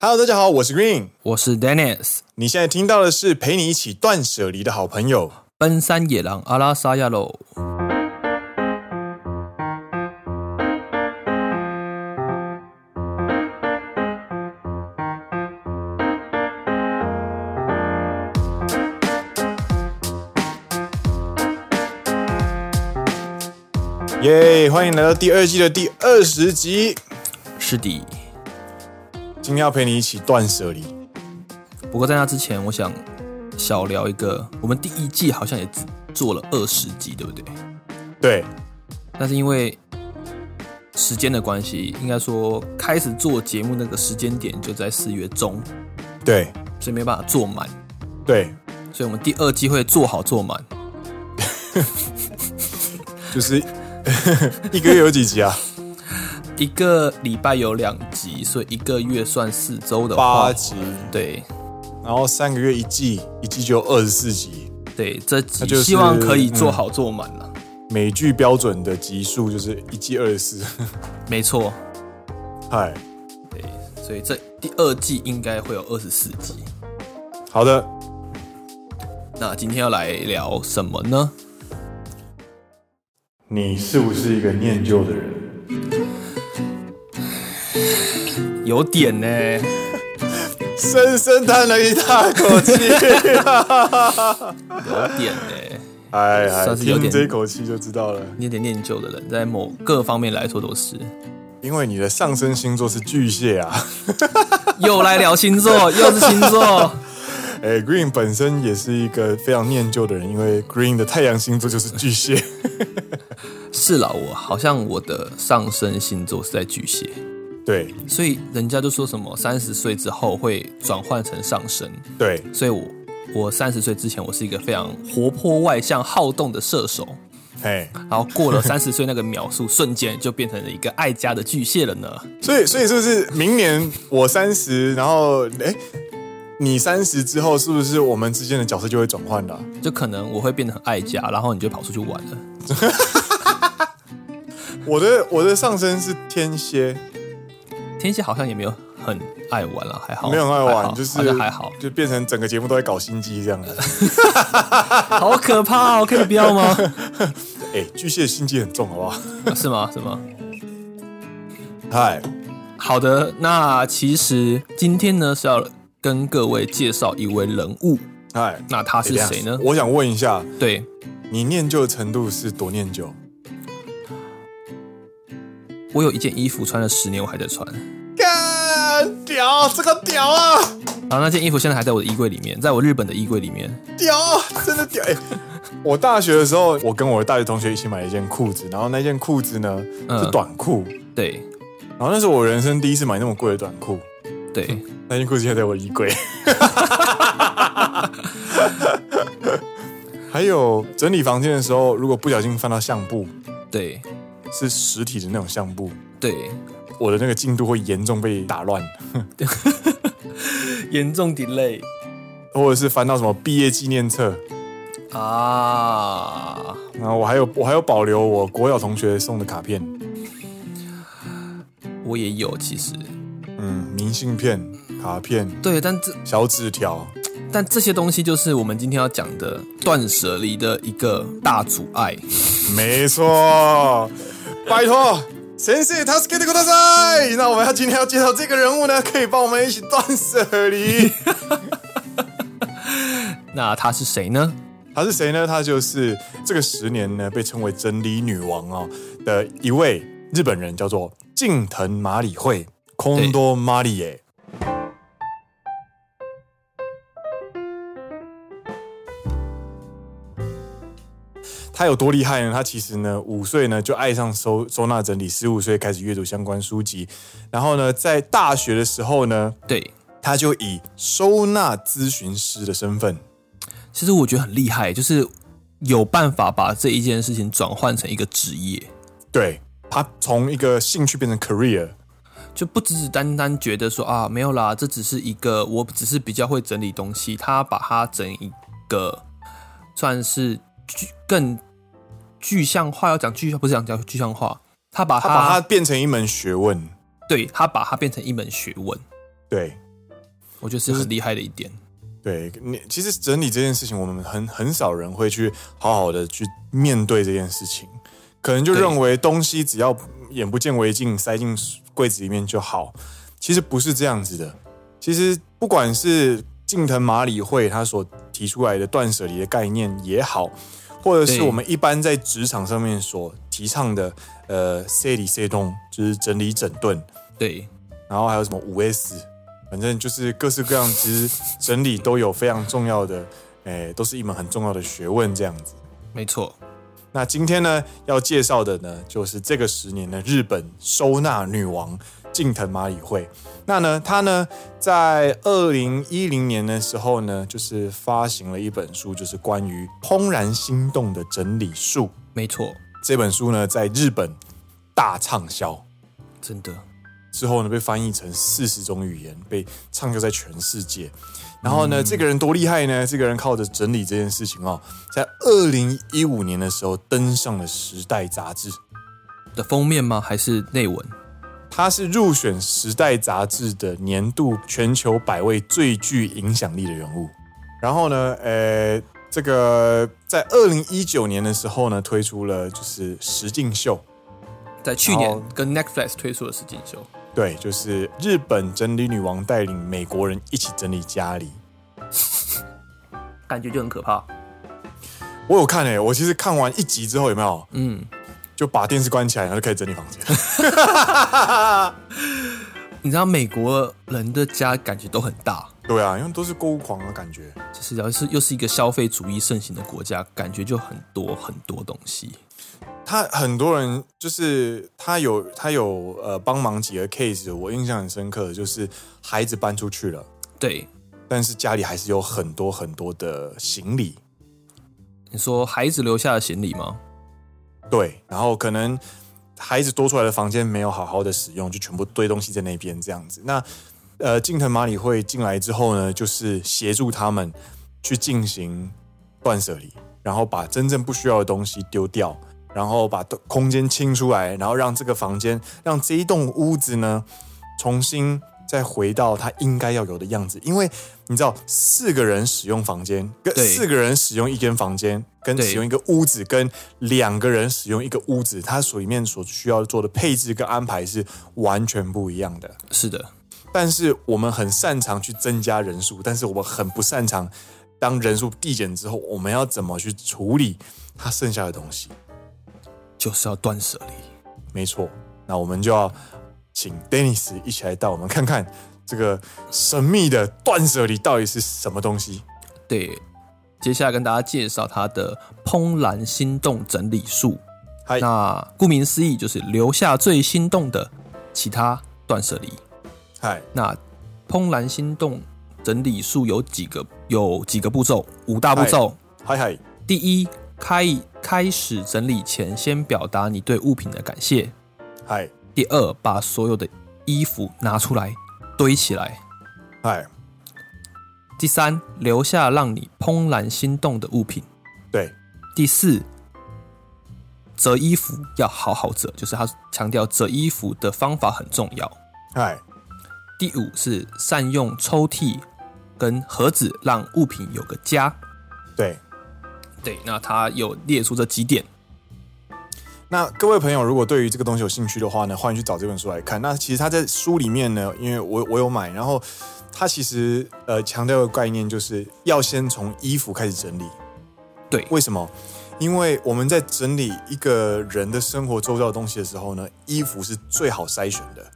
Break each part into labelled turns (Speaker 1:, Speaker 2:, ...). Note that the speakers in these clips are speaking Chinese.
Speaker 1: Hello，大家好，我是 Green。
Speaker 2: 我是 Dennis，
Speaker 1: 你现在听到的是陪你一起断舍离的好朋友。
Speaker 2: 奔山野狼阿拉萨亚喽。
Speaker 1: 耶、欢迎来到第二季的第二十集。
Speaker 2: 是的，
Speaker 1: 今天要陪你一起断舍离。
Speaker 2: 不过在那之前，我想小聊一个，我们第一季好像也只做了二十集，对不对？
Speaker 1: 对，
Speaker 2: 但是因为时间的关系，应该说开始做节目那个时间点就在四月中，
Speaker 1: 对，
Speaker 2: 所以没办法做满，
Speaker 1: 对，
Speaker 2: 所以我们第二季会做好做满，
Speaker 1: 就是 一个月有几集 啊？
Speaker 2: 一个礼拜有两集，所以一个月算四周的话，
Speaker 1: 八集，
Speaker 2: 对
Speaker 1: 然后三个月一季，一季就二十四集。
Speaker 2: 对，这
Speaker 1: 那
Speaker 2: 集
Speaker 1: 就是
Speaker 2: 希望可以
Speaker 1: 嗯
Speaker 2: 做好做满了、
Speaker 1: 美剧标准的集数就是一季二十四。
Speaker 2: 没错。
Speaker 1: 嗨，
Speaker 2: 对，所以这第二季应该会有二十四集。
Speaker 1: 好的，
Speaker 2: 那今天要来聊什么呢？
Speaker 1: 你是不是一个念旧的人？
Speaker 2: 有点呢、
Speaker 1: 深深叹了一大口 气，
Speaker 2: 有点呢、
Speaker 1: 哎哎，
Speaker 2: 算是有
Speaker 1: 听
Speaker 2: 点
Speaker 1: 这口气就知道了。
Speaker 2: 你有点念旧的人，在某各方面来说都是。
Speaker 1: 因为你的上升星座是巨蟹啊，
Speaker 2: 又来聊星 座，又是星座，
Speaker 1: 哎、g r e e n 本身也是一个非常念旧的人，因为 Green 的太阳星座就是巨蟹，
Speaker 2: 是啦，我好像我的上升星座是在巨蟹，
Speaker 1: 对
Speaker 2: 所以人家就说什么三十岁之后会转换成上升，
Speaker 1: 对，
Speaker 2: 所以我我三十岁之前我是一个非常活泼外向、好动的射手，
Speaker 1: 哎，
Speaker 2: 然后过了三十岁那个秒数，瞬间就变成了一个爱家的巨蟹了呢。
Speaker 1: 所以所以是不是明年我三十，然后哎、你三十之后，是不是我们之间的角色就会转换了？啊
Speaker 2: 就可能我会变得很爱家，然后你就跑出去玩了。
Speaker 1: 我的我的上升是天蝎，
Speaker 2: 天蝎好像也没有很爱玩了，还好，
Speaker 1: 没有很爱
Speaker 2: 还
Speaker 1: 玩，
Speaker 2: 好
Speaker 1: 就是，
Speaker 2: 好像还好
Speaker 1: 就变成整个节目都在搞心机 这样子。
Speaker 2: 好可怕哦！可以不 要吗？啊
Speaker 1: 哎、巨蟹心机很重，好不 好？
Speaker 2: 是吗？是吗？
Speaker 1: 嗨，
Speaker 2: 好的，那其实今天呢是要跟各位介绍一位人物，
Speaker 1: 嗨，
Speaker 2: 那他
Speaker 1: 哎
Speaker 2: 是谁呢
Speaker 1: 等一下？我想问一下，
Speaker 2: 对，
Speaker 1: 你念旧的程度是多念旧？
Speaker 2: 我有一件衣服穿了十年，我还在穿，
Speaker 1: 干屌，这个屌啊，
Speaker 2: 然后那件衣服现在还在我的衣柜里面，在我日本的衣柜里面。
Speaker 1: 屌，真的屌！哎、我大学的时候，我跟我的大学同学一起买了一件裤子，然后那件裤子呢
Speaker 2: 嗯
Speaker 1: 是短裤，
Speaker 2: 对
Speaker 1: 然后那是我人生第一次买那么贵的短裤，
Speaker 2: 对，
Speaker 1: 那件裤子现在在我的衣柜。还有整理房间的时候，如果不小心翻到相簿，
Speaker 2: 对
Speaker 1: 是实体的那种相簿，
Speaker 2: 对，
Speaker 1: 我的那个进度会严重被打乱，
Speaker 2: 严重 delay
Speaker 1: 或者是翻到什么毕业纪念册，
Speaker 2: 啊！
Speaker 1: 然后我还有我还有保留我国小同学送的卡片，
Speaker 2: 我也有，其实
Speaker 1: 嗯，明信片、卡片、
Speaker 2: 对，但这
Speaker 1: 小纸条，
Speaker 2: 但这些东西就是我们今天要讲的断舍离的一个大阻碍。
Speaker 1: 没错。拜托，先生，他是给的ください。那我们要今天要介绍这个人物呢，可以帮我们一起断舍离。
Speaker 2: 那他是谁呢？
Speaker 1: 他是谁呢？他就是这个十年呢被称为真理女王哦的一位日本人，叫做近藤麻里惠 k o n d o m a r i e 他有多厉害呢？他其实呢，五岁呢就爱上收收纳整理，十五岁开始阅读相关书籍，然后呢，在大学的时候呢，
Speaker 2: 对，
Speaker 1: 他就以收纳咨询师的身份
Speaker 2: 其实我觉得很厉害，就是有办法把这一件事情转换成一个职业，
Speaker 1: 对他从一个兴趣变成 career，
Speaker 2: 就不只是单单觉得说啊，没有啦，这只是一个，我只是比较会整理东西，他把它整一个算是具更具象化，要讲具象不是讲讲具象化，他把啊
Speaker 1: 他把它变成一门学问。
Speaker 2: 对他把它变成一门学问。
Speaker 1: 对，
Speaker 2: 我觉得是很厉害的一点。
Speaker 1: 对你，其实整理这件事情，我们很很少人会去好好的去面对这件事情，可能就
Speaker 2: 对
Speaker 1: 认为东西只要眼不见为净，塞进柜子里面就好。其实不是这样子的。其实不管是近藤麻里惠他所提出来的断舍离的概念也好，或者是
Speaker 2: 对
Speaker 1: 我们一般在职场上面所提倡的，呃，C 里 C 动就是整理整顿，
Speaker 2: 对，
Speaker 1: 然后还有什么五 S，反正就是各式各样，其实整理都有非常重要的，诶，都是一门很重要的学问这样子。
Speaker 2: 没错，
Speaker 1: 那今天呢，要介绍的呢，就是这个十年的日本收纳女王近藤麻里惠。那呢，她呢，在二零一零年的时候呢，就是发行了一本书，就是关于《怦然心动的整理术》
Speaker 2: 没错，
Speaker 1: 这本书呢，在日本大畅销。
Speaker 2: 真的，
Speaker 1: 之后呢，被翻译成四十种语言，被畅销在全世界。然后呢，这个人多厉害呢？这个人靠着整理这件事情哦，在二零一五年的时候登上了《时代》杂志。
Speaker 2: 的封面吗？还是内文？
Speaker 1: 他是入选《时代》杂志的年度全球百位最具影响力的人物。然后呢，呃，这个在二零一九年的时候呢，推出了就是实境秀，
Speaker 2: 在去
Speaker 1: 然后
Speaker 2: 年跟 Netflix 推出的实境秀，
Speaker 1: 对，就是日本整理女王带领美国人一起整理家里。
Speaker 2: 感觉就很可怕。
Speaker 1: 我有看诶、我其实看完一集之后有没有
Speaker 2: 嗯，
Speaker 1: 就把电视关起来，然后就开始整理房间。
Speaker 2: 你知道美国人的家感觉都很大，
Speaker 1: 对啊，因为都是购物狂的感觉。
Speaker 2: 就是要是又是一个消费主义盛行的国家，感觉就很多很多东西。
Speaker 1: 他很多人就是他有他有呃帮忙几个 case，我印象很深刻的就是孩子搬出去了，
Speaker 2: 对，
Speaker 1: 但是家里还是有很多很多的行李。
Speaker 2: 你说孩子留下的行李吗？
Speaker 1: 对，然后可能孩子多出来的房间没有好好的使用，就全部堆东西在那边这样子。那呃，近藤麻里惠进来之后呢，就是协助他们去进行断舍离，然后把真正不需要的东西丢掉，然后把空间清出来，然后让这个房间，让这一栋屋子呢，重新再回到它应该要有的样子。因为你知道，四个人使用房间，跟
Speaker 2: 对
Speaker 1: 四个人使用一间房间，跟
Speaker 2: 对
Speaker 1: 使用一个屋子，跟两个人使用一个屋子，它所里面所需要做的配置跟安排是完全不一样的。
Speaker 2: 是的，
Speaker 1: 但是我们很擅长去增加人数，但是我们很不擅长当人数递减之后，我们要怎么去处理它剩下的东西？
Speaker 2: 就是要断舍离。
Speaker 1: 没错，那我们就要请 Dennis 一起来带我们看看这个神秘的断舍离到底是什么东西。
Speaker 2: 对，接下来跟大家介绍它的怦然心动整理术。
Speaker 1: 嗨
Speaker 2: 那顾名思义就是留下最心动的，其他断舍离。
Speaker 1: 嗨，
Speaker 2: 那怦然心动整理术有几个有几个步骤？五大步骤。
Speaker 1: 嗨嗨，
Speaker 2: 第一，开开始整理前，先表达你对物品的感谢。
Speaker 1: 嗨
Speaker 2: 第二，把所有的衣服拿出来堆起来。
Speaker 1: 嗨，
Speaker 2: 第三，留下让你怦然心动的物品。
Speaker 1: 对，
Speaker 2: 第四，折衣服要好好折，就是他强调折衣服的方法很重要。
Speaker 1: 嗨
Speaker 2: 第五是善用抽屉跟盒子，让物品有个家。
Speaker 1: 对。
Speaker 2: 对，那他有列出这几点。
Speaker 1: 那各位朋友，如果对于这个东西有兴趣的话呢，欢迎去找这本书来看。那其实它在书里面呢，因为我我有买，然后它其实呃强调的概念就是要先从衣服开始整理，
Speaker 2: 对，
Speaker 1: 为什么？因为我们在整理一个人的生活周遭的东西的时候呢，衣服是最好筛选的。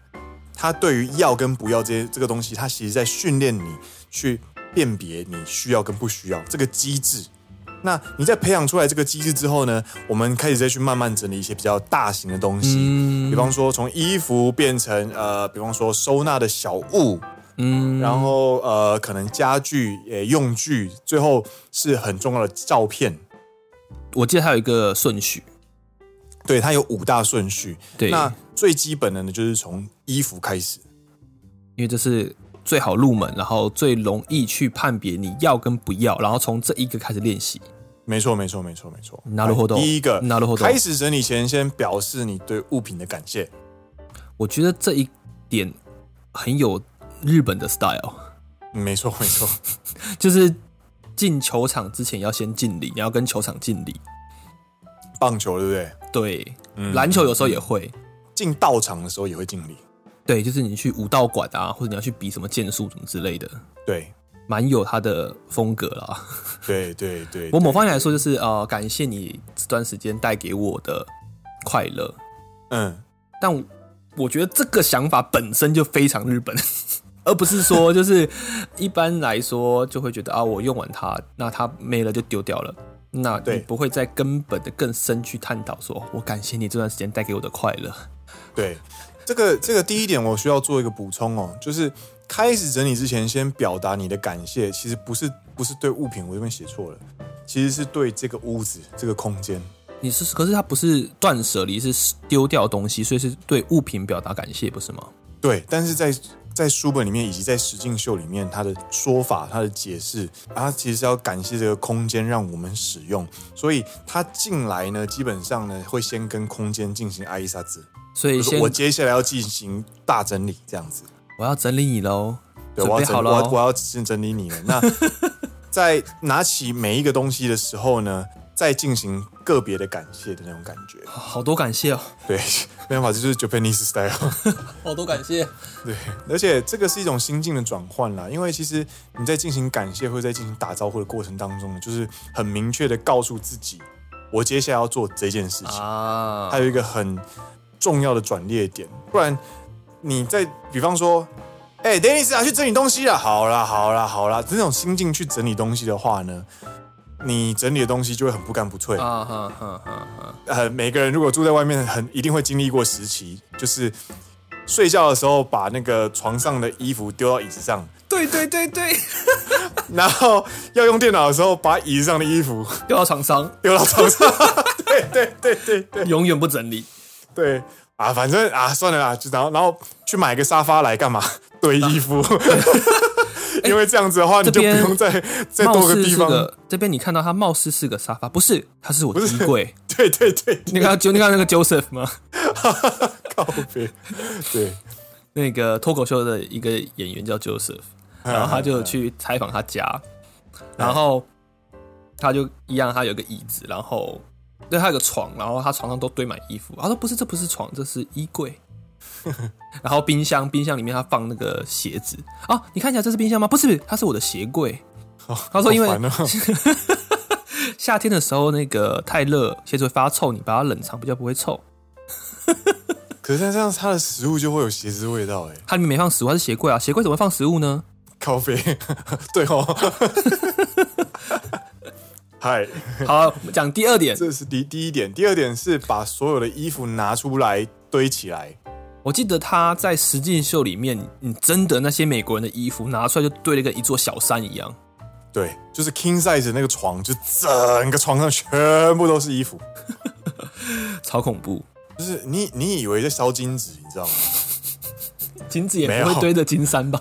Speaker 1: 它对于要跟不要这些这个东西，它其实在训练你去辨别你需要跟不需要这个机制。那你在培养出来这个机制之后呢，我们开始再去慢慢整理一些比较大型的东西，
Speaker 2: 嗯
Speaker 1: 比方说从衣服变成呃，比方说收纳的小物，
Speaker 2: 嗯，
Speaker 1: 然后呃，可能家具、呃用具，最后是很重要的照片。
Speaker 2: 我记得还有一个顺序。
Speaker 1: 对，它有五大顺序。
Speaker 2: 对，
Speaker 1: 那最基本的呢，就是从衣服开始。
Speaker 2: 因为这是最好入门，然后最容易去判别你要跟不要，然后从这一个开始练习。
Speaker 1: 没错，没错，没错，没错。
Speaker 2: なるほど
Speaker 1: 来第一个，
Speaker 2: なるほど
Speaker 1: 开始整理前，先表示你对物品的感谢。
Speaker 2: 我觉得这一点很有日本的 style。
Speaker 1: 没错没错，
Speaker 2: 就是进球场之前要先敬礼，你要跟球场敬礼。
Speaker 1: 棒球对不对？
Speaker 2: 对，
Speaker 1: 嗯
Speaker 2: 篮球有时候也会，
Speaker 1: 进道场的时候也会敬礼，
Speaker 2: 对，就是你去武道馆啊，或者你要去比什么剑术什么之类的，
Speaker 1: 对
Speaker 2: 蛮有他的风格啦。
Speaker 1: 对对对，
Speaker 2: 我
Speaker 1: 对
Speaker 2: 某方面来说，就是呃，感谢你这段时间带给我的快乐，
Speaker 1: 嗯
Speaker 2: 但我我觉得这个想法本身就非常日本，而不 是说就是一般来说就会觉得啊，我用完它，那它没了就丢掉了。那你
Speaker 1: 对
Speaker 2: 不会再根本的更深去探讨说，哦我感谢你这段时间带给我的快乐。
Speaker 1: 对，这个这个第一点我需要做一个补充哦，就是开始整理之前先表达你的感谢，其实不是不是对物品，我这边写错了，其实是对这个屋子这个空间，
Speaker 2: 你是，可是它不是断舍离，是丢掉东西，所以是对物品表达感谢，不是吗？
Speaker 1: 对，但是在在书本里面以及在实境秀里面，它的说法、它的解释，啊，它其实是要感谢这个空间让我们使用，所以它进来呢，基本上呢会先跟空间进行挨一下子，
Speaker 2: 所以
Speaker 1: 就是
Speaker 2: 先
Speaker 1: 我接下来要进行大整理这样子。
Speaker 2: 我要整理你喽，
Speaker 1: 对，
Speaker 2: 准
Speaker 1: 我
Speaker 2: 备
Speaker 1: 要整
Speaker 2: 好哦
Speaker 1: 我要我
Speaker 2: 喽。
Speaker 1: 要先整理你了。 那在拿起每一个东西的时候呢，再进行个别的感谢的那种感觉。
Speaker 2: 好多感谢哦，
Speaker 1: 对，没办法，这就是 Japanese style。
Speaker 2: 好多感谢。
Speaker 1: 对，而且这个是一种心境的转换啦，因为其实你在进行感谢或者在进行打招呼的过程当中呢，就是很明确的告诉自己，我接下来要做这件事情。
Speaker 2: 啊
Speaker 1: 还，有一个很重要的转捩点，不然你在比方说，哎、d e n n i s 啊，去整理东西了，好啦，好啦，好啦，这种心境去整理东西的话呢，你整理的东西就会很不干不脆。
Speaker 2: 啊哈哈哈哈！
Speaker 1: 呃，每个人如果住在外面，很一定会经历过时期，就是睡觉的时候把那个床上的衣服丢到椅子上，
Speaker 2: 对对对对，
Speaker 1: 然后要用电脑的时候把椅子上的衣服
Speaker 2: 掉到床上，
Speaker 1: 丢到床上。 对对对对 对。
Speaker 2: 永远不整理。
Speaker 1: 对啊，反正啊，算了啦，就然后然后去买个沙发来干嘛？ 堆衣服， 因为这样子的话，你
Speaker 2: 哎
Speaker 1: 就
Speaker 2: 这
Speaker 1: 不
Speaker 2: 边
Speaker 1: 用再再
Speaker 2: 貌
Speaker 1: 多个
Speaker 2: 似
Speaker 1: 地
Speaker 2: 是
Speaker 1: 方。
Speaker 2: 个这边你看到它貌似是个沙发，不是，它是我的衣柜。
Speaker 1: 对对对，
Speaker 2: 你看到就你看到那个 Joseph 吗？
Speaker 1: 告别。对，
Speaker 2: 那个脱口秀的一个演员叫 Joseph，然
Speaker 1: 嗯
Speaker 2: 后他就去采访他家，然后他就一样，他有个椅子，然后对他有个床，然后他床上都堆满衣服。他说不是，这不是床，这是衣 柜。然后冰箱，冰箱里面他放那个鞋子啊，你看起来这是冰箱吗？不是，它是我的鞋柜。
Speaker 1: 他
Speaker 2: 他说因为
Speaker 1: 好烦哦
Speaker 2: 夏天的时候那个太热，鞋子会发臭，你把它冷藏比较不会臭。
Speaker 1: 可是这样它的食物就会有鞋子味道哎，
Speaker 2: 它里面没放食物，它是鞋柜啊，鞋柜怎么会放食物呢？
Speaker 1: 咖啡，对哦。嗨，
Speaker 2: 好，我们讲第二点，
Speaker 1: 这是第第一点，第二点是把所有的衣服拿出来堆起来。
Speaker 2: 我记得他在实境秀里面，你真的那些美国人的衣服拿出来就堆了跟一座小山一样。
Speaker 1: 对，就是 king size 的那个床，就整个床上全部都是衣服。
Speaker 2: 超恐怖。
Speaker 1: 就是你你以为在烧金纸，你知道吗？
Speaker 2: 金子也
Speaker 1: 没
Speaker 2: 不
Speaker 1: 有
Speaker 2: 会堆着金山吧？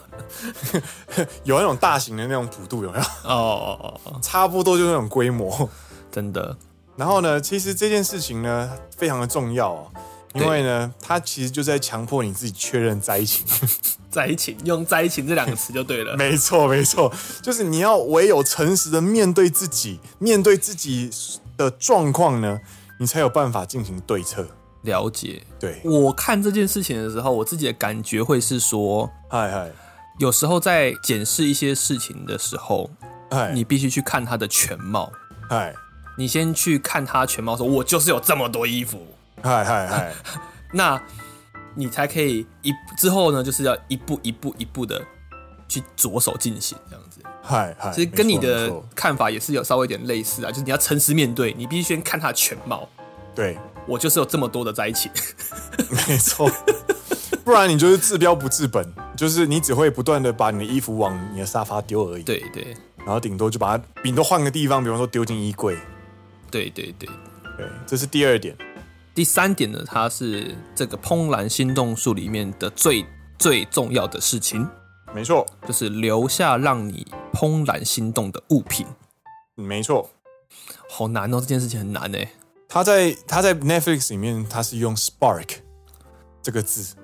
Speaker 1: 有那种大型的那种普渡，有没 有？
Speaker 2: 哦哦哦哦，
Speaker 1: 差不多就是那种规模。
Speaker 2: 真的，
Speaker 1: 然后呢，其实这件事情呢非常的重要哦，因为呢，它其实就在强迫你自己确认灾情。
Speaker 2: 灾情用灾情这两个词就对 了。
Speaker 1: 没错，没错，就是你要唯有诚实的面对自己，面对自己的状况呢，你才有办法进行对策。
Speaker 2: 了解。
Speaker 1: 对，
Speaker 2: 我看这件事情的时候，我自己的感觉会是说，
Speaker 1: 嗨嗨
Speaker 2: 有时候在检视一些事情的时候，
Speaker 1: 嗨，
Speaker 2: 你必须去看它的全貌。
Speaker 1: 嗨
Speaker 2: 你先去看它全貌，说我就是有这么多衣服，
Speaker 1: 嗨嗨嗨，
Speaker 2: 那你才可以一之后呢，就是要一步一步一步的去着手进行这样子。
Speaker 1: 嗨嗨，
Speaker 2: 其实跟你
Speaker 1: 哎没
Speaker 2: 的
Speaker 1: 错没错
Speaker 2: 看法也是有稍微有点类似啊，就是你要诚实面对，你必须先看它的全貌。
Speaker 1: 对，
Speaker 2: 我就是有这么多的灾情，
Speaker 1: 没错，不然你就是治标不治本，就是你只会不断的把你的衣服往你的沙发丢而已。，
Speaker 2: 对对
Speaker 1: 然后顶多就把它，顶多换个地方，比方说丢进衣柜。
Speaker 2: 对对对。
Speaker 1: 对，这是第二点。
Speaker 2: 第三点呢，它是这个《怦然心动术》里面的最最重要的事情，
Speaker 1: 没错，
Speaker 2: 就是留下让你怦然心动的物品。
Speaker 1: 没错。
Speaker 2: 好难哦，这件事情很难哎。
Speaker 1: 他在他在 Netflix 里面，他是用 spark 这个字，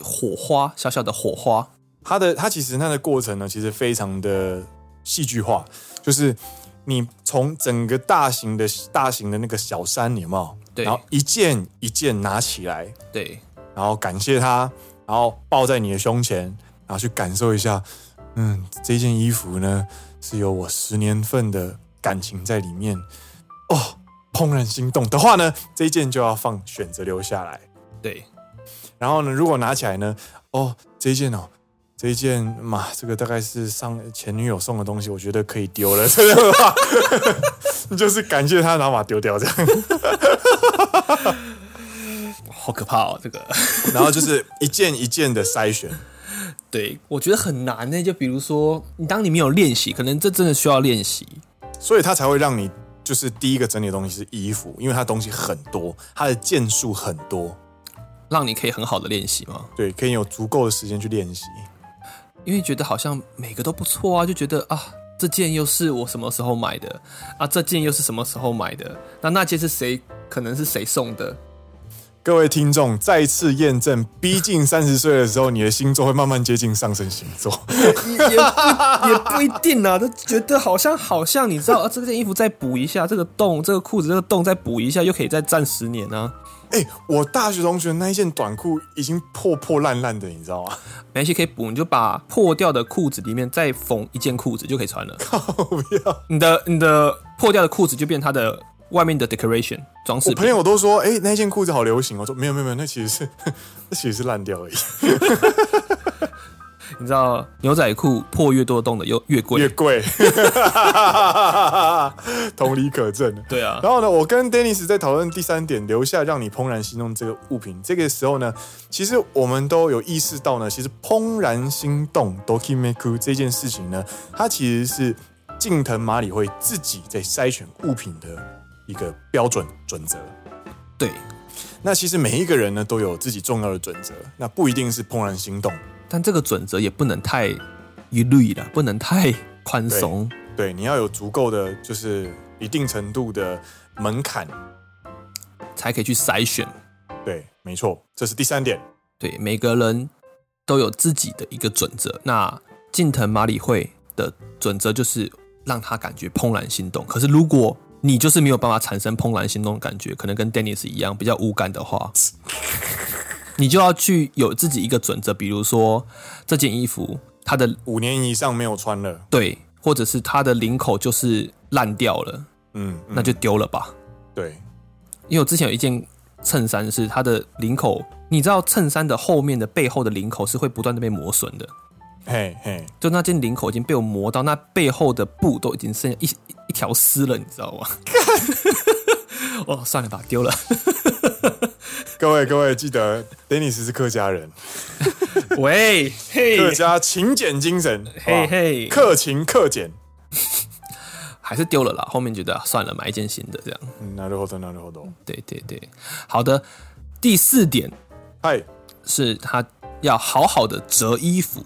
Speaker 2: 火花，小小的火花，
Speaker 1: 它的它其实它的过程呢，其实非常的戏剧化，就是你从整个大型的大型的那个小山，你有没有？
Speaker 2: 对
Speaker 1: 然后一件一件拿起来，
Speaker 2: 对，
Speaker 1: 然后感谢它，然后抱在你的胸前，然后去感受一下，嗯，这件衣服呢是有我十年份的感情在里面，哦，怦然心动的话呢，这一件就要放选择留下来。
Speaker 2: 对，
Speaker 1: 然后呢，如果拿起来呢，哦，这一件哦，这一件嘛，这个大概是上前女友送的东西，我觉得可以丢了，真的话，你 就是感谢她，然后把它丢掉这样。
Speaker 2: 好可怕哦，这个。
Speaker 1: 然后就是一件一件的筛选，
Speaker 2: 对，我觉得很难呢、就比如说，你当你没有练习，可能这真的需要练习。
Speaker 1: 所以它才会让你就是第一个整理的东西是衣服，因为它东西很多，它的件数很多，
Speaker 2: 让你可以很好的练习吗？
Speaker 1: 对，可以有足够的时间去练习。
Speaker 2: 因为觉得好像每个都不错啊，就觉得啊，这件又是我什么时候买的啊，这件又是什么时候买的，那那件是谁？可能是谁送的？
Speaker 1: 各位听众再次验证， 逼近三十岁的时候，你的星座会慢慢接近上升星座。
Speaker 2: 也也不也不一定啊，就觉得好像好像你知道啊，这件衣服再补一下，这个洞，这个裤子这个洞再补一下，又可以再站十年啊。
Speaker 1: 哎、我大学同学那一件短裤已经破破烂烂的，你知道吗？
Speaker 2: 没关系，可以补，你就把破掉的裤子里面再缝一件裤子就可以穿了。
Speaker 1: 不要！
Speaker 2: 你的你的破掉的裤子就变它的外面的 decoration 装饰
Speaker 1: 我
Speaker 2: 品
Speaker 1: 朋。友都说，哎、那一件裤子好流行哦。我说没有没有没有，那其实是 那其实是烂掉而已，
Speaker 2: 你知道牛仔裤破越多洞的又越贵。
Speaker 1: 越贵。 同理可证。
Speaker 2: 对啊，
Speaker 1: 然后呢，我跟 Dennis 在讨论第三点，留下让你怦然心动这个物品。这个时候呢，其实我们都有意识到呢，其实怦然心动 （dokimeku） 这件事情呢，它其实是近藤麻里惠自己在筛选物品的一个标准准则。
Speaker 2: 对，
Speaker 1: 那其实每一个人呢都有自己重要的准则，那不一定是怦然心动。
Speaker 2: 但这个准则也不能太一律了，不能太宽松。
Speaker 1: 对，你要有足够的就是一定程度的门槛。
Speaker 2: 才可以去筛选。
Speaker 1: 对，没错，这是第三点。
Speaker 2: 对，每个人都有自己的一个准则。那近藤麻里惠的准则就是让他感觉怦然心动。可是如果你就是没有办法产生怦然心动的感觉，可能跟 Dennis 一样比较无感的话，你就要去有自己一个准则，比如说这件衣服它的
Speaker 1: 五年以上没有穿了，
Speaker 2: 对，或者是它的领口就是烂掉了，
Speaker 1: 嗯，嗯
Speaker 2: 那就丢了吧。
Speaker 1: 对，
Speaker 2: 因为我之前有一件衬衫是它的领口，你知道衬衫的后面的背后的领口是会不断的被磨损的，
Speaker 1: 嘿嘿，
Speaker 2: 就那件领口已经被我磨到，那背后的布都已经剩下一一一条丝了，你知道吗？ 哦，算了吧，丢 了。
Speaker 1: 各位各位记得，Dennis 是客家人，
Speaker 2: 喂，嘿
Speaker 1: 客家勤俭精神，好
Speaker 2: 嘿
Speaker 1: 不好
Speaker 2: 嘿，
Speaker 1: 克勤克俭。
Speaker 2: 还是丢了啦。后面觉得、啊算了，买一件新的这样。
Speaker 1: 嗯，なるほどなるほど。
Speaker 2: 对对对，好的。第四点
Speaker 1: 嗨
Speaker 2: 是他要好好的折衣服。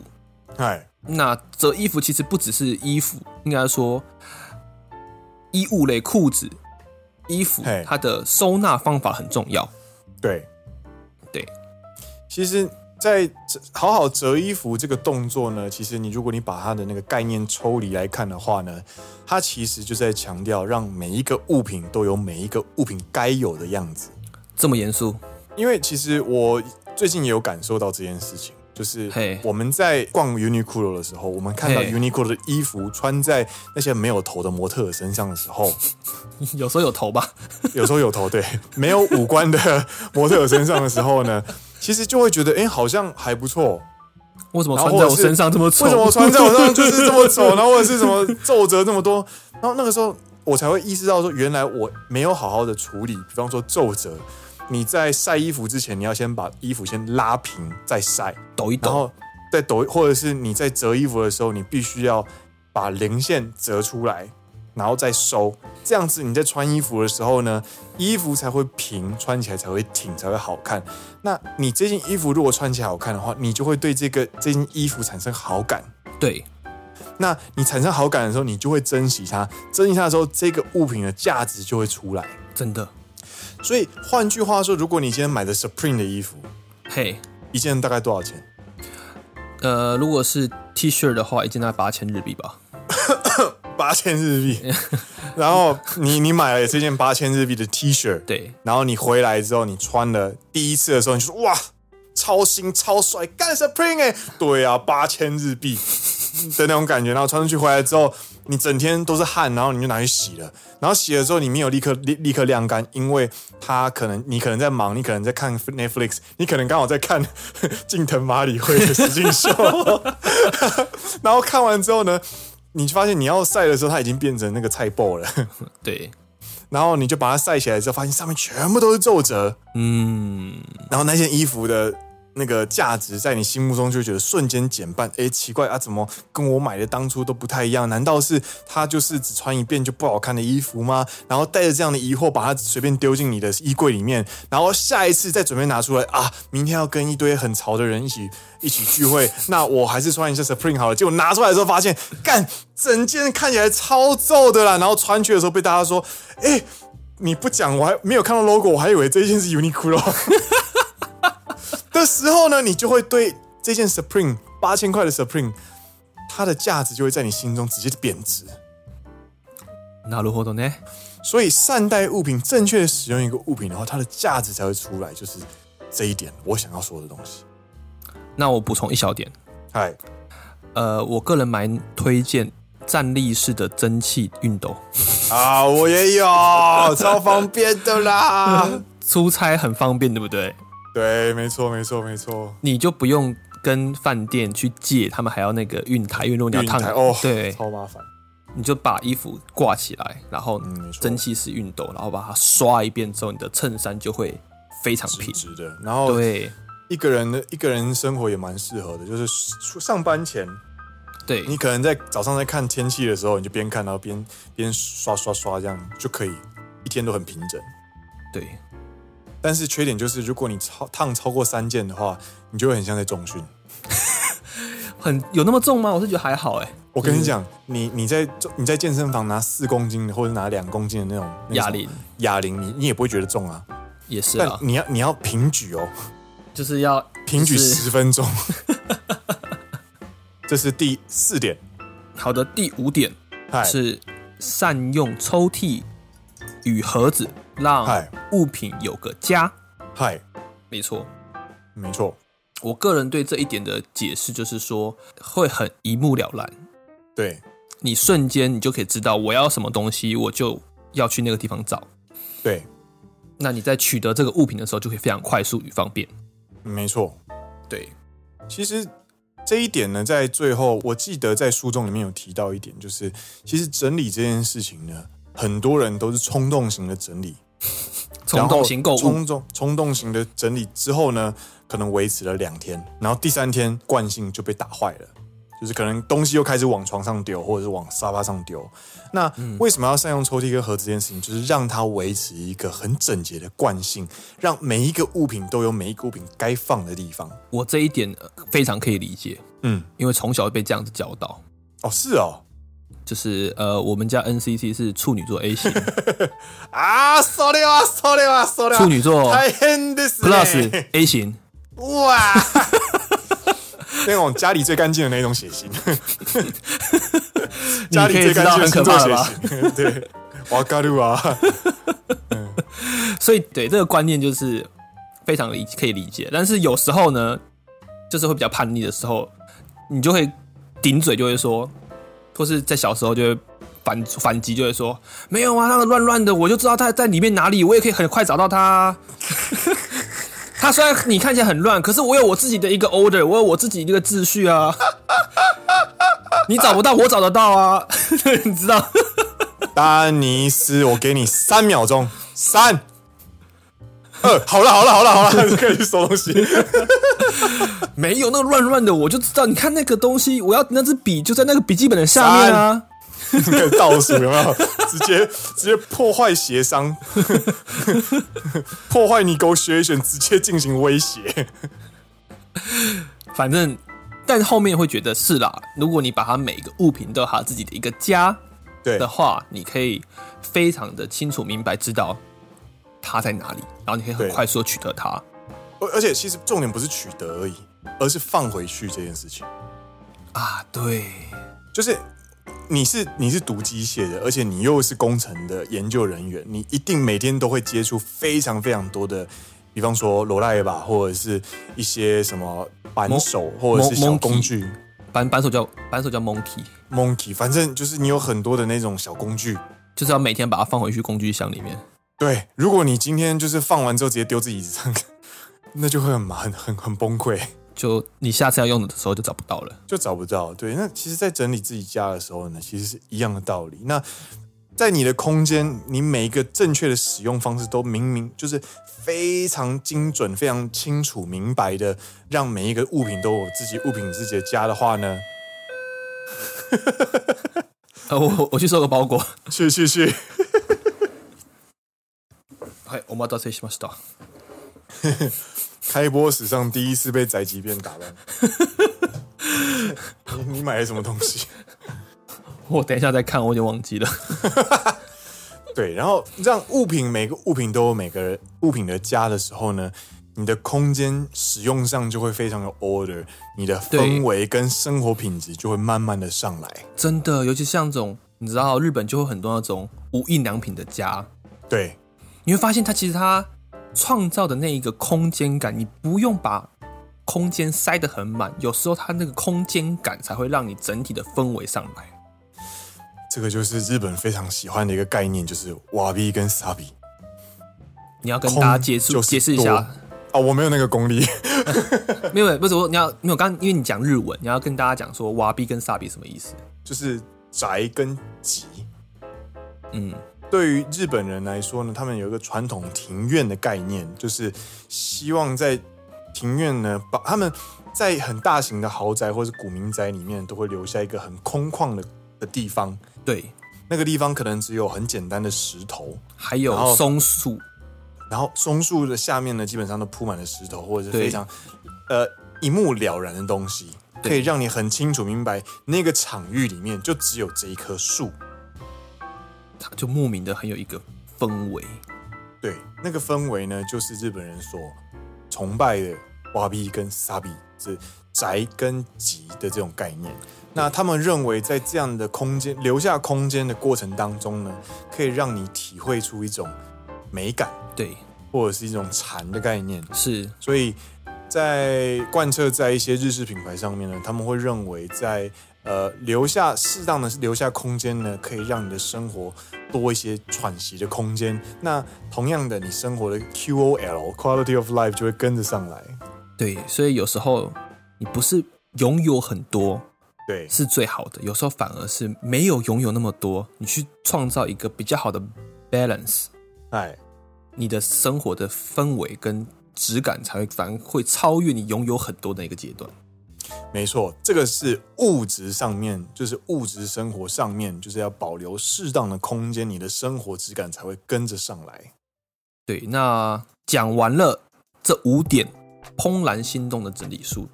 Speaker 1: 嗨，
Speaker 2: 那折衣服其实不只是衣服，应该说衣物类，裤子、衣服
Speaker 1: 嘿，
Speaker 2: 它的收纳方法很重要。
Speaker 1: 对
Speaker 2: 对，
Speaker 1: 其实，在折好好折衣服这个动作呢，其实你如果你把它的那个概念抽离来看的话呢，它其实就在强调让每一个物品都有每一个物品该有的样子。
Speaker 2: 这么严肃，
Speaker 1: 因为其实我最近也有感受到这件事情，就是
Speaker 2: 嘿
Speaker 1: 我们在逛 Uniqlo 的时候，我们看到
Speaker 2: 嘿
Speaker 1: Uniqlo 的衣服穿在那些没有头的模特儿身上的时候，
Speaker 2: 有时候有头吧？
Speaker 1: 有时候有头对，没有五官的模特儿身上的时候呢， 其实就会觉得，哎、好像还不错。
Speaker 2: 为什么
Speaker 1: 然后
Speaker 2: 穿在
Speaker 1: 或者
Speaker 2: 我
Speaker 1: 是
Speaker 2: 身上这么丑？
Speaker 1: 为什么穿在我身上就是这么丑，然后或者是什么皱褶这么多？然后那个时候我才会意识到说，原来我没有好好的处理，比方说皱褶。你在晒衣服之前，你要先把衣服先拉平再晒，
Speaker 2: 抖一
Speaker 1: 然
Speaker 2: 抖？
Speaker 1: 后在抖，或者是你在折衣服的时候，你必须要把零线折出来，然后再收，这样子你在穿衣服的时候呢，衣服才会平，穿起来才会挺，才会好看。那你这件衣服如果穿起来好看的话，你就会对这个这件衣服产生好感。
Speaker 2: 对，
Speaker 1: 那你产生好感的时候，你就会珍惜它，珍惜它的时候，这个物品的价值就会出来。
Speaker 2: 真的，
Speaker 1: 所以换句话说，如果你今天买的 Supreme 的衣服，
Speaker 2: 嘿，
Speaker 1: 一件大概多少钱？
Speaker 2: 呃，如果是 T 恤的话，一件大概八千日币吧。
Speaker 1: 八千日币， 然后你你买了这件八千日币的 T 恤，
Speaker 2: 对，
Speaker 1: 然后你回来之后，你穿了第一次的时候，你就说哇，超新超帅，干 Supreme 哎、对啊，八千日币的那种感觉。然后穿出去回来之后，你整天都是汗，然后你就拿去洗了。然后洗了之后，你没有立刻立立刻晾干，因为它可能你可能在忙，你可能在看 Netflix，你可能刚好在看 近藤麻里惠的实境秀。 然后看完之后呢，你就发现你要晒的时候，它已经变成那个菜爆了。
Speaker 2: 对，
Speaker 1: 然后你就把它晒起来之后，发现上面全部都是皱褶，
Speaker 2: 嗯，
Speaker 1: 然后那件衣服的那个价值在你心目中就会觉得瞬间减半。哎，奇怪啊，怎么跟我买的当初都不太一样？难道是它就是只穿一遍就不好看的衣服吗？然后带着这样的疑惑，把它随便丢进你的衣柜里面，然后下一次再准备拿出来啊，明天要跟一堆很潮的人一起一起聚会， 那我还是穿一下 Supreme 好了。结果拿出来的时候发现，干，整件看起来超皱的啦。然后穿去的时候被大家说，哎。你不讲，我还没有看到 logo，我还以为这件是 Uniqlo。的时候呢，你就会对这件 Supreme 八千块的 Supreme，它的价值就会在你心中直接贬值。
Speaker 2: 那如何的呢？
Speaker 1: 所以善待物品，正确的使用一个物品的话，它的价值才会出来，就是这一点我想要说的东西。
Speaker 2: 那我补充一小点，
Speaker 1: 嗨，
Speaker 2: 呃，我个人蛮推荐站立式的蒸汽熨斗，
Speaker 1: 啊，我也有，超方便的啦。
Speaker 2: 出差很方便，对不对？
Speaker 1: 对，没错，没错，没错。
Speaker 2: 你就不用跟饭店去借，他们还要那个熨台，因为如果你要
Speaker 1: 熨
Speaker 2: 烫，
Speaker 1: 台哦，
Speaker 2: 对，
Speaker 1: 超麻烦。
Speaker 2: 你就把衣服挂起来，然后
Speaker 1: 嗯没错
Speaker 2: 蒸汽式熨斗，然后把它刷一遍之后，你的衬衫就会非常
Speaker 1: 直
Speaker 2: 平。
Speaker 1: 直的，然后
Speaker 2: 对
Speaker 1: 一个人的一个人生活也蛮适合的，就是出上班前
Speaker 2: 对，
Speaker 1: 你可能在早上在看天气的时候，你就边看然后边边刷刷刷，这样就可以一天都很平整。
Speaker 2: 对，
Speaker 1: 但是缺点就是，如果你超烫超过三件的话，你就会很像在重训。
Speaker 2: 很有那么重吗？我是觉得还好哎、
Speaker 1: 我跟你讲，你你在你在健身房拿四公斤的或者拿两公斤的那种那
Speaker 2: 哑
Speaker 1: 种
Speaker 2: 铃
Speaker 1: 哑铃，你你也不会觉得重啊。
Speaker 2: 也是
Speaker 1: 但
Speaker 2: 啊，
Speaker 1: 你要你要平举哦，
Speaker 2: 就是要
Speaker 1: 平举
Speaker 2: 就是
Speaker 1: 十分 钟。这是第四点，
Speaker 2: 好的。第五点
Speaker 1: 嗨
Speaker 2: 是善用抽屉与盒子，让
Speaker 1: 嗨
Speaker 2: 物品有个家。
Speaker 1: 嗨，
Speaker 2: 没错，
Speaker 1: 没错，
Speaker 2: 我个人对这一点的解释就是说，会很一目了然。
Speaker 1: 对，
Speaker 2: 你瞬间你就可以知道我要什么东西，我就要去那个地方找。
Speaker 1: 对，
Speaker 2: 那你在取得这个物品的时候，就可以非常快速与方便。
Speaker 1: 没错。
Speaker 2: 对，
Speaker 1: 其实这一点呢，在最后，我记得在书中里面有提到一点，就是其实整理这件事情呢，很多人都是冲动型的整理，
Speaker 2: 冲动型购
Speaker 1: 然后
Speaker 2: 物，
Speaker 1: 冲动冲动型的整理之后呢，可能维持了两天，然后第三天惯性就被打坏了。就是可能东西又开始往床上丢，或者是往沙发上丢。那
Speaker 2: 嗯
Speaker 1: 为什么要善用抽屉跟盒子这件事情？就是让它维持一个很整洁的惯性，让每一个物品都有每一个物品该放的地方。
Speaker 2: 我这一点呃非常可以理解，
Speaker 1: 嗯，
Speaker 2: 因为从小被这样子教导。
Speaker 1: 哦，是哦，
Speaker 2: 就是呃，我们家 NCT 是处女座 A 型，
Speaker 1: 啊，それはそれはそれは
Speaker 2: 处女座
Speaker 1: 大変ですね。
Speaker 2: Plus A 型，
Speaker 1: 哇， 那种家里最干净的那种 血型，
Speaker 2: 你
Speaker 1: 家里
Speaker 2: 可以
Speaker 1: 最
Speaker 2: 知
Speaker 1: 干
Speaker 2: 道
Speaker 1: 净的
Speaker 2: 很
Speaker 1: 星
Speaker 2: 可怕
Speaker 1: 座
Speaker 2: 了
Speaker 1: 血
Speaker 2: 吧？
Speaker 1: 型，对。哇嘎鲁啊，
Speaker 2: 所以对这个观念就是非常理可以理解，但是有时候呢，就是会比较叛逆的时候，你就会顶嘴，就会说，或是在小时候就会反反击，就会说没有啊，那个乱乱的，我就知道他在里面哪里，我也可以很快找到他啊。他虽然你看起来很乱，可是我有我自己的一个 order，我有我自己一个秩序啊。 你找不到，我找得到啊， 你知道？
Speaker 1: 丹尼斯，我给你三秒钟，三二，好了好了好了好了， 可以去收东西。
Speaker 2: 没有那个乱乱的，我就知道。你看那个东西，我要那支笔就在那个笔记本的下面啊。
Speaker 1: 那个倒数有没有？直接直接破坏协商， 破坏 negotiation，直接进行威胁。
Speaker 2: 反正，但后面会觉得是啦。如果你把它每一个物品都有它自己的一个家
Speaker 1: 对
Speaker 2: 的话，你可以非常的清楚明白知道它在哪里，然后你可以很
Speaker 1: 对
Speaker 2: 快速地取得它。
Speaker 1: 而而且其实重点不是取得而已，而是放回去这件事情。
Speaker 2: 啊，对，
Speaker 1: 就是你是你是读机械的，而且你又是工程的研究人员，你一定每天都会接触非常非常多的，比方说罗赖吧，或者是一些什么扳手，或者是小工具
Speaker 2: 扳扳手叫扳手叫 monkey，
Speaker 1: monkey，反正就是你有很多的那种小工具。
Speaker 2: 就是要每天把它放回去工具箱里面。
Speaker 1: 对，如果你今天就是放完之后直接丢自己椅子上， 那就会很麻很很很崩溃。
Speaker 2: 就你下次要用的时候就找不到了。
Speaker 1: 就找不到。对，那其实，在整理自己家的时候呢，其实是一样的道理。那在你的空间，你每一个正确的使用方式都明明就是非常精准、非常清楚、明白的，让每一个物品都有自己物品自己的家的话呢，
Speaker 2: 呃，我我去收个包裹。
Speaker 1: 去去去，
Speaker 2: はい、お待たせしました。
Speaker 1: 开播史上第一次被宅急便打烂。 你你买了什么东西？
Speaker 2: 我等一下再看，我有点忘记了。
Speaker 1: 对，然后让物品每个物品都有每个物品的家的时候呢，你的空间使用上就会非常有 order，你的氛围跟生活品质就会慢慢的上来。
Speaker 2: 真的，尤其像这种，你知道日本就会很多那种无印良品的家，
Speaker 1: 对，
Speaker 2: 你会发现它其实它创造的那一个空间感，你不用把空间塞得很满，有时候它那个空间感才会让你整体的氛围上来。
Speaker 1: 这个就是日本非常喜欢的一个概念，就是瓦比跟萨比。
Speaker 2: 你要跟
Speaker 1: 空
Speaker 2: 大家解释
Speaker 1: 就是
Speaker 2: 解释一
Speaker 1: 多
Speaker 2: 下，
Speaker 1: 啊，我没有那个功力。
Speaker 2: 没有没有不是我你要没有刚因为你讲日文，你要跟大家讲说哇逼跟萨比什么意思？
Speaker 1: 就是宅跟集。
Speaker 2: 嗯，
Speaker 1: 对于日本人来说呢，他们有一个传统庭院的概念，就是希望在庭院呢，把他们在很大型的豪宅或是古民宅里面，都会留下一个很空旷的的地方。
Speaker 2: 对，
Speaker 1: 那个地方可能只有很简单的石头，
Speaker 2: 还
Speaker 1: 然
Speaker 2: 有
Speaker 1: 后
Speaker 2: 松树，
Speaker 1: 然后松树的下面呢，基本上都铺满了石头，或者是
Speaker 2: 对
Speaker 1: 非常呃一目了然的东西，
Speaker 2: 对
Speaker 1: 可以让你很清楚明白那个场域里面就只有这一棵树。
Speaker 2: 它就莫名的很有一个氛围。
Speaker 1: 对，那个氛围呢，就是日本人所崇拜的瓦比跟萨比，是宅跟吉的这种概念。那他们认为，在这样的空间留下空间的过程当中呢，可以让你体会出一种美感，
Speaker 2: 对，
Speaker 1: 或者是一种禅的概念。
Speaker 2: 是
Speaker 1: 所以在贯彻在一些日式品牌上面呢，他们会认为在呃留下适当的留下空间呢，可以让你的生活多一些喘息的空间。那同样的，你生活的 QOL 哦 quality of life 就会跟着上来。
Speaker 2: 对，所以有时候你不是拥有很多
Speaker 1: 对，
Speaker 2: 是最好的，有时候反而是没有拥有那么多，你去创造一个比较好的 balance，
Speaker 1: 哎，
Speaker 2: 你的生活的氛围跟质感才会反而会超越你拥有很多的一个阶段。
Speaker 1: 没错，这个是物质上面，就是物质生活上面，就是要保留适当的空间，你的生活质感才会跟着上来。
Speaker 2: 对，那讲完了这五点怦然心动的整理术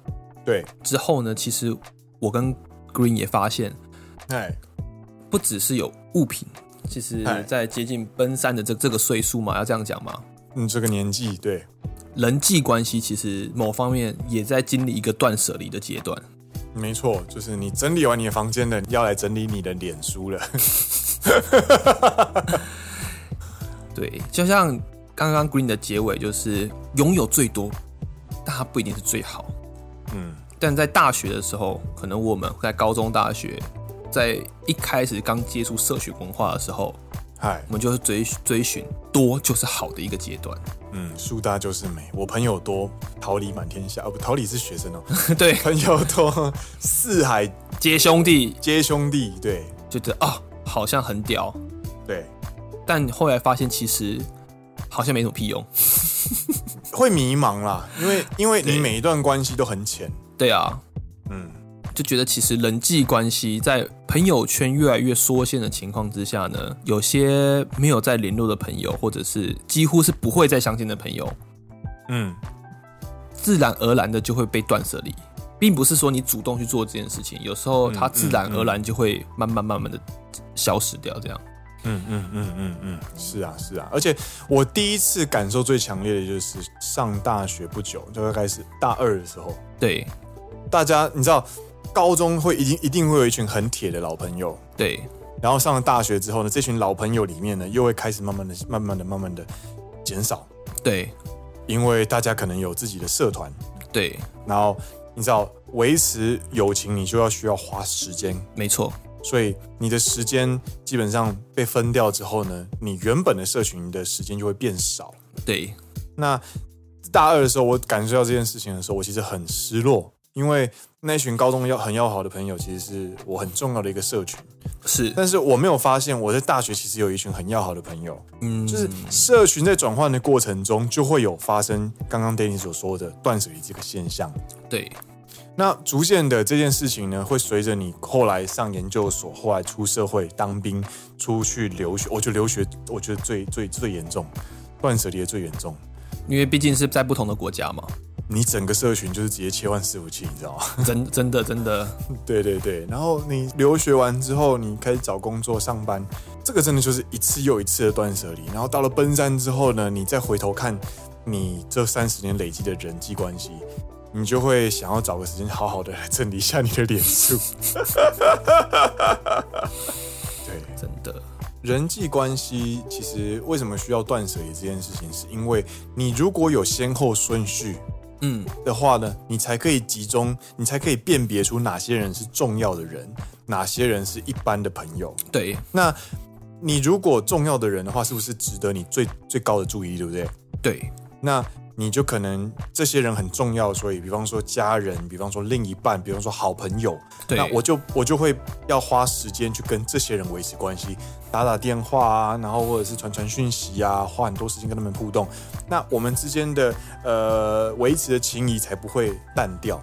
Speaker 1: 对，
Speaker 2: 之后呢，其实我跟 Green 也发现，
Speaker 1: 哎，
Speaker 2: 不只是有物品，其实
Speaker 1: 嗨
Speaker 2: 在接近奔三的这这个岁数嘛，要这样讲嘛，
Speaker 1: 嗯，这个年纪，对，
Speaker 2: 人际关系其实某方面也在经历一个断舍离的阶段。
Speaker 1: 没错，就是你整理完你的房间了，要来整理你的脸书了。
Speaker 2: 对，就像刚刚 Green 的结尾，就是拥有最多，但它不一定是最好。
Speaker 1: 嗯，
Speaker 2: 但在大学的时候，可能我们在高中、大学，在一开始刚接触社群文化的时候，
Speaker 1: 嗨
Speaker 2: 我，们就是追追寻多就是好的一个阶段。
Speaker 1: 嗯，树大就是美。我朋友多，桃李满天下。哦，不，桃李是学生哦，
Speaker 2: 对，
Speaker 1: 朋友多，四海
Speaker 2: 接兄弟
Speaker 1: 皆兄弟。对，
Speaker 2: 就觉得啊、好像很屌，
Speaker 1: 对，
Speaker 2: 但后来发现其实好像没什么屁用。
Speaker 1: 会迷茫啦，因为因为
Speaker 2: 对
Speaker 1: 你每一段关系都很浅。
Speaker 2: 对啊，
Speaker 1: 嗯，
Speaker 2: 就觉得其实人际关系在朋友圈越来越缩限的情况之下呢，有些没有再联络的朋友，或者是几乎是不会再相见的朋友，
Speaker 1: 嗯，
Speaker 2: 自然而然的就会被断舍离，并不是说你主动去做这件事情，有时候它自然而然就会慢慢慢慢的消失掉。这样，
Speaker 1: 嗯嗯嗯嗯嗯，是啊是啊，而且我第一次感受最强烈的就是上大学不久，就大概是大二的时候，
Speaker 2: 对
Speaker 1: 大家你知道，高中会一定一定会有一群很铁的老朋友，
Speaker 2: 对，
Speaker 1: 然后上了大学之后呢，这群老朋友里面呢，又会开始慢慢的、慢慢的、慢慢的减少，
Speaker 2: 对
Speaker 1: 因为大家可能有自己的社团，
Speaker 2: 对，
Speaker 1: 然后你知道维持友情，你就要需要花时间，
Speaker 2: 没错，
Speaker 1: 所以你的时间基本上被分掉之后呢，你原本的社群的时间就会变少。
Speaker 2: 对
Speaker 1: 那大二的时候，我感受到这件事情的时候，我其实很失落，因为那群高中要很要好的朋友，其实是我很重要的一个社群。
Speaker 2: 是，
Speaker 1: 但是我没有发现，我在大学其实有一群很要好的朋友，
Speaker 2: 嗯，
Speaker 1: 就是社群在转换的过程中，就会有发生刚刚 Danny 所说的断舍离这个现象。
Speaker 2: 对
Speaker 1: 那逐渐的这件事情呢，会随着你后来上研究所，后来出社会当兵，出去留学，我觉得留学我觉得最最最严重，断舍离的最严重。
Speaker 2: 因为毕竟是在不同的国家嘛，
Speaker 1: 你整个社群就是直接切换伺服器，你知道吗？
Speaker 2: 真真的真的，
Speaker 1: 对对对，然后你留学完之后，你开始找工作、上班，这个真的就是一次又一次的断舍离。然后到了奔三之后呢，你再回头看你这三十年累积的人际关系，你就会想要找个时间好好的来整理一下你的脸书。 对，
Speaker 2: 真的
Speaker 1: 人际关系其实为什么需要断舍离这件事情，是因为你如果有先后顺序，
Speaker 2: 嗯，
Speaker 1: 的话呢，你才可以集中，你才可以辨别出哪些人是重要的人，哪些人是一般的朋友。
Speaker 2: 对
Speaker 1: 那你如果重要的人的话，是不是值得你最最高的注意，对不对？
Speaker 2: 对
Speaker 1: 那你就可能这些人很重要，所以比方说家人，比方说另一半，比方说好朋友，
Speaker 2: 对，
Speaker 1: 那我就我就会要花时间去跟这些人维持关系，打打电话啊，然后或者是传传讯息啊，花很多时间跟他们互动，那我们之间的呃维持的情谊才不会淡掉。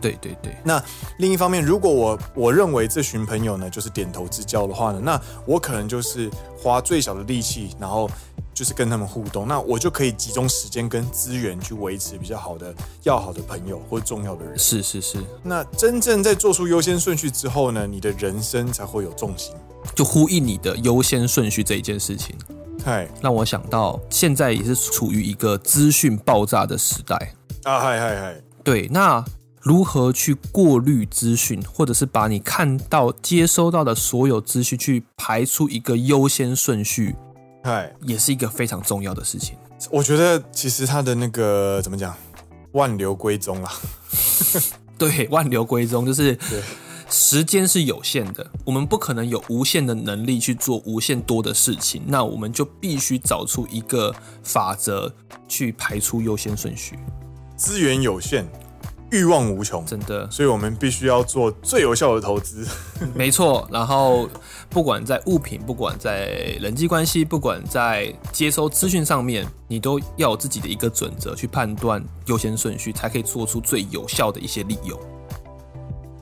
Speaker 2: 对对对
Speaker 1: 那另一方面，如果我我认为这群朋友呢就是点头之交的话呢，那我可能就是花最小的力气，然后就是跟他们互动，那我就可以集中时间跟资源去维持比较好的要好的朋友或重要的人。
Speaker 2: 是是是，
Speaker 1: 那真正在做出优先顺序之后呢，你的人生才会有重心。
Speaker 2: 就呼应你的优先顺序这一件事情，
Speaker 1: 嗨
Speaker 2: 让我想到现在也是处于一个资讯爆炸的时代。
Speaker 1: 啊，嗨嗨嗨，
Speaker 2: 对，那如何去过滤资讯，或者是把你看到、接收到的所有资讯去排出一个优先顺序，
Speaker 1: 嗨，
Speaker 2: 也是一个非常重要的事情。
Speaker 1: 我觉得其实他的那个怎么讲，万流归宗啊啦。
Speaker 2: 对，万流归宗，就是
Speaker 1: 对
Speaker 2: 时间是有限的，我们不可能有无限的能力去做无限多的事情，那我们就必须找出一个法则去排出优先顺序。
Speaker 1: 资源有限，欲望无穷，
Speaker 2: 真的，
Speaker 1: 所以我们必须要做最有效的投资。
Speaker 2: 没错。然后，不管在物品，不管在人际关系，不管在接收资讯上面，你都要有自己的一个准则去判断优先顺序，才可以做出最有效的一些利用。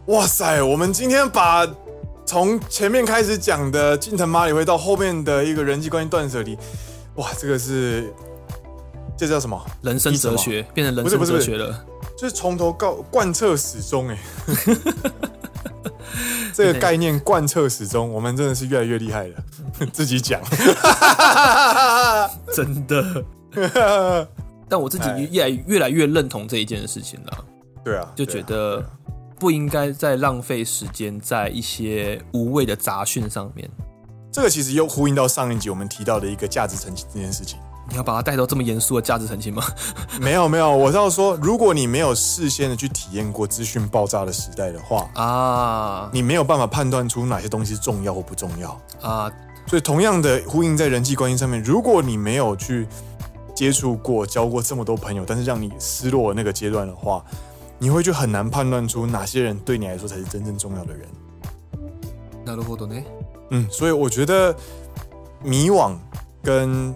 Speaker 1: 哇塞，我们今天把从前面开始讲的近藤麻里惠到后面的一个人际关系断舍离，哇，这个是这叫什么？
Speaker 2: 人生哲学变成人
Speaker 1: 不是
Speaker 2: 生
Speaker 1: 不是
Speaker 2: 哲
Speaker 1: 不是
Speaker 2: 学了，
Speaker 1: 就是从头到贯彻始终哎、 这个概念贯彻始终，我们真的是越来越厉害了。
Speaker 2: 嗯
Speaker 1: 自己 讲，
Speaker 2: 真的。但我自己
Speaker 1: 哎
Speaker 2: 越来越来越认同这一件事情了，
Speaker 1: 对啊，
Speaker 2: 就觉得不应该再浪费时间在一些无谓的杂讯上面。
Speaker 1: 这个其实又呼应到上一集我们提到的一个价值层级这件事情。
Speaker 2: 你要把它带到这么严肃的价值澄清吗？
Speaker 1: 没有没有，我是要说，如果你没有事先的去体验过资讯爆炸的时代的话，
Speaker 2: 啊
Speaker 1: 你没有办法判断出哪些东西重要或不重要。
Speaker 2: 啊，
Speaker 1: 所以，同样的呼应在人际关系上面，如果你没有去接触过、交过这么多朋友，但是让你失落的那个阶段的话，你会去很难判断出哪些人对你来说才是真正重要的人。
Speaker 2: なるほどね。
Speaker 1: 嗯，所以我觉得迷惘跟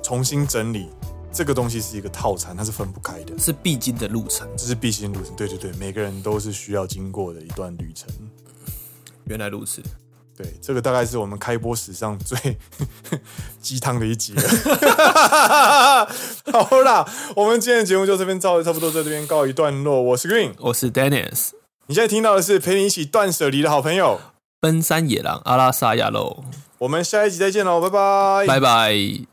Speaker 1: 重新整理这个东西是一个套餐，它是分不开的，
Speaker 2: 是必经的路程。
Speaker 1: 这是必经路程。对对对，每个人都是需要经过的一段旅程。
Speaker 2: 原来如此，
Speaker 1: 对，这个大概是我们开播史上最 鸡汤的一集了。 好啦，我们今天的节目就这边到差不多在这边告一段落。我是 Green，
Speaker 2: 我是 Dennis，
Speaker 1: 你现在听到的是陪你一起断舍离的好朋友
Speaker 2: 奔山野狼阿拉萨亚喽，
Speaker 1: 我们下一集再见喽，拜拜，
Speaker 2: 拜拜。